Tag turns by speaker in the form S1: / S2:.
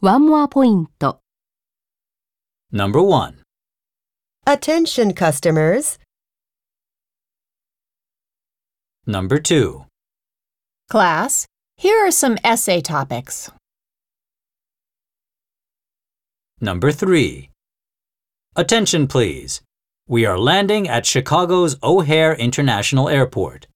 S1: One more point.
S2: Number 1.
S3: Attention customers,
S2: Number 2.
S4: Class, here are some essay topics.
S2: Number 3. Attention, please. We are landing at Chicago's O'Hare International Airport.